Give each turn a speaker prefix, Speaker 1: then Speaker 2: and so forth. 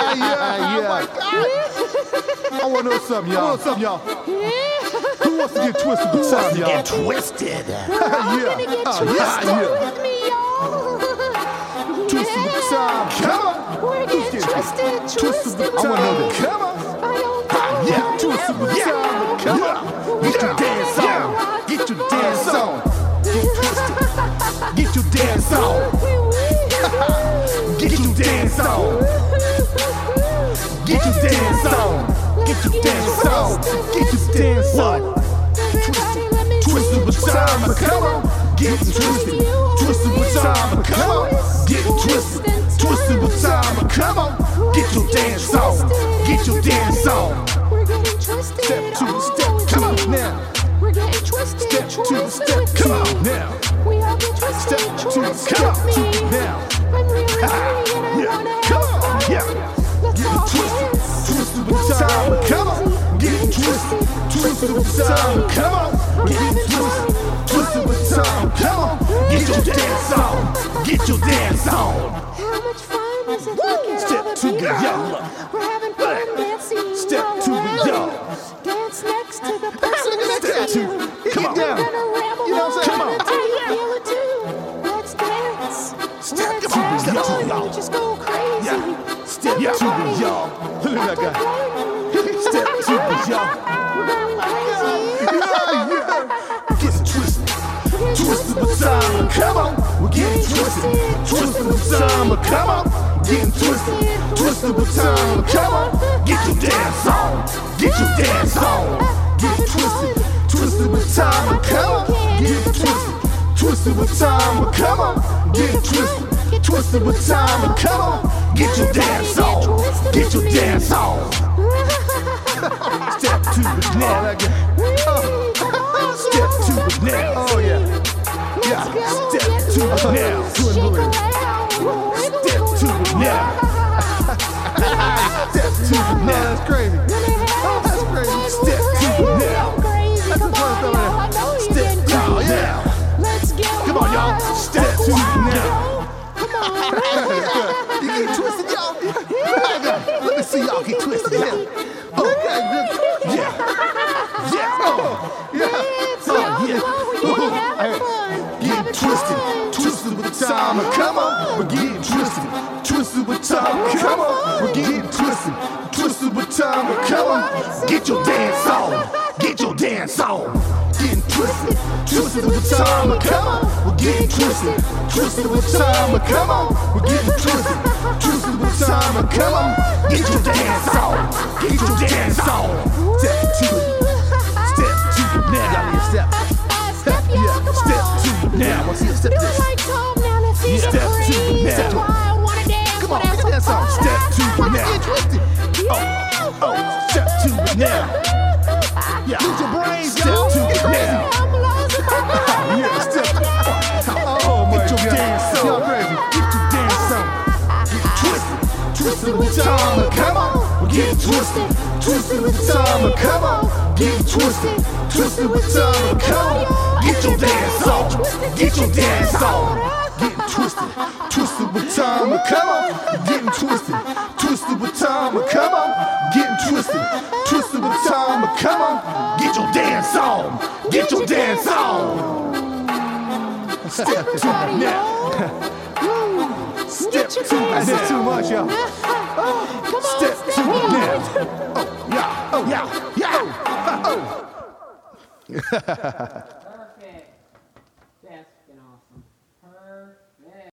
Speaker 1: yeah. I want to know something, y'all. I want to know something, y'all. Who wants to get twisted with something, y'all?
Speaker 2: Get twisted.
Speaker 1: Yeah.
Speaker 3: I'm gonna get
Speaker 1: Oh,
Speaker 3: twisted
Speaker 1: yeah, yeah.
Speaker 3: with me, y'all.
Speaker 1: Twisted with some. Come
Speaker 3: Yeah.
Speaker 1: on.
Speaker 3: We're getting
Speaker 1: Twisted.
Speaker 3: twisted, twisted
Speaker 1: Twisted
Speaker 3: with
Speaker 1: with some. I want to know
Speaker 3: me.
Speaker 1: this. Come on.
Speaker 3: I don't know.
Speaker 1: Yeah,
Speaker 3: I
Speaker 1: twisted
Speaker 3: never
Speaker 1: with
Speaker 3: know.
Speaker 1: some. Come on. Get your dance on. Get your dance on. Get your dance on. Get your dance on. Get your dance on. Get your dance on. Get your dance on. Twisted with time, come on. Get twisted. Twisted with time, come on. Get twisted. Twisted with time, come on. Get your dance on. Get your dance on.
Speaker 3: We're getting twisted.
Speaker 1: Step to the
Speaker 3: all
Speaker 1: step,
Speaker 3: with
Speaker 1: come on
Speaker 3: me.
Speaker 1: now.
Speaker 3: We're getting twisted.
Speaker 1: Step to the
Speaker 3: twisted
Speaker 1: step,
Speaker 3: with
Speaker 1: come
Speaker 3: me.
Speaker 1: on now.
Speaker 3: We all get twisted.
Speaker 1: Step to the
Speaker 3: twisted
Speaker 1: step,
Speaker 3: with me.
Speaker 1: now.
Speaker 3: I'm really free and
Speaker 1: Ah,
Speaker 3: I
Speaker 1: yeah,
Speaker 3: wanna
Speaker 1: come
Speaker 3: have
Speaker 1: on,
Speaker 3: fun.
Speaker 1: yeah.
Speaker 3: Let's
Speaker 1: Get
Speaker 3: all
Speaker 1: twisted,
Speaker 3: dance.
Speaker 1: twisted
Speaker 3: Well,
Speaker 1: with time, come on. Get
Speaker 3: Getting
Speaker 1: twisted, twisted with time, come on. Get twisted, twisted with time, come on. Get your dance on. Get your dance on.
Speaker 3: How much fun is it looking at
Speaker 1: Step
Speaker 3: all the
Speaker 1: to the
Speaker 3: people?
Speaker 1: yellow.
Speaker 3: We're having fun dancing
Speaker 1: Step
Speaker 3: all
Speaker 1: to the
Speaker 3: around.
Speaker 1: yellow.
Speaker 3: Dance next to the person next
Speaker 1: Step
Speaker 3: to
Speaker 1: to-
Speaker 3: you.
Speaker 1: come on.
Speaker 3: We're gonna ramble
Speaker 1: You know what I'm saying? Come
Speaker 3: on
Speaker 1: on.
Speaker 3: until you feel it too. Let's dance.
Speaker 1: Step
Speaker 3: Let's
Speaker 1: to the
Speaker 3: have
Speaker 1: yellow.
Speaker 3: fun. Just go crazy.
Speaker 1: Yeah.
Speaker 3: Step
Speaker 1: Yeah, to
Speaker 3: party.
Speaker 1: the y'all. Look at that guy.
Speaker 3: Party.
Speaker 1: Step to the y'all.
Speaker 3: We're going crazy.
Speaker 1: Getting twisted, twisted with time, come on. We're getting twisted, twisted with time, come on. Getting twisted, twisted with time, come on. Get your dance on, get your dance on. Get twisted, twisted with time, come on. Get twisted, twisted with time, come on. Get twisted, twisted with time, come on. Get your dance on, get your dance on. Step to the next. Step
Speaker 3: Step
Speaker 1: to it now. Oh, yeah. Yeah. Step to it now.
Speaker 3: Shake around.
Speaker 1: Step to it now. Step to it now. That's crazy. Oh,
Speaker 3: That's
Speaker 1: crazy. Step to it now.
Speaker 3: Crazy. Come
Speaker 1: what
Speaker 3: on,
Speaker 1: I'm
Speaker 3: y'all.
Speaker 1: saying.
Speaker 3: I know you
Speaker 1: Step
Speaker 3: been
Speaker 1: to
Speaker 3: crazy.
Speaker 1: it now.
Speaker 3: Let's get
Speaker 1: Come on, y'all.
Speaker 3: wild.
Speaker 1: Step
Speaker 3: Get
Speaker 1: to it
Speaker 3: wild,
Speaker 1: now.
Speaker 3: y'all. Come on.
Speaker 1: You get twisted, y'all. Let me see y'all get twisted. Yeah. Okay, good. Yeah. Yeah. Oh, yeah.
Speaker 3: It's
Speaker 1: Oh,
Speaker 3: y'all.
Speaker 1: yeah.
Speaker 3: Come on, we're having fun. Having
Speaker 1: Get twisted,
Speaker 3: fun.
Speaker 1: twisted with time. Come on, we're getting twisted, twisted with time. Come on, we're getting twisted, twisted with time. Come on, get your dance on, get your dance on. Getting twisted, twisted with time. Come on, we're getting twisted, twisted with time. Come on, we're getting twisted, twisted with time. Come on, get your dance on, get your dance on. Step to it, step to it now. Y'all need to step.
Speaker 3: Step, y'all.
Speaker 1: Yeah,
Speaker 3: Come
Speaker 1: step
Speaker 3: on.
Speaker 1: to it now. I want to see you step
Speaker 3: Do
Speaker 1: this.
Speaker 3: it like Tom now. Let's see
Speaker 1: Step
Speaker 3: the
Speaker 1: to it
Speaker 3: breeze.
Speaker 1: now.
Speaker 3: That's why I wanna dance.
Speaker 1: Come on,
Speaker 3: when I'm
Speaker 1: look at that song.
Speaker 3: apart.
Speaker 1: Step to it now. Get twisted.
Speaker 3: Yeah.
Speaker 1: Oh, oh, step to it now. Yeah. Lose your brains, step
Speaker 3: Y'all
Speaker 1: to it
Speaker 3: crazy.
Speaker 1: now.
Speaker 3: I'm losing my mind.
Speaker 1: Yeah, step. Oh my Get your God. dance on. Y'all crazy. Get your dance on. Get twisted. Twisted with time. Come on. We're getting twisted. Twisted with time. Come on. Get twisted. Twisted with time. Come on. Get your dance on. Get your dance on. Getting twisted. Twisted with time. Come on. Getting twisted. Twisted with time. Come on. Getting twisted. Twisted with time. Come on. Get your dance on. Get your dance on. Step to the net.
Speaker 3: Get your dance
Speaker 1: That's
Speaker 3: on.
Speaker 1: too much, y'all.
Speaker 3: Come on,
Speaker 1: Step to
Speaker 3: y'all.
Speaker 1: it now. Oh, yeah, oh, yeah, yeah. Oh,
Speaker 4: Perfect. That's been awesome. Perfect.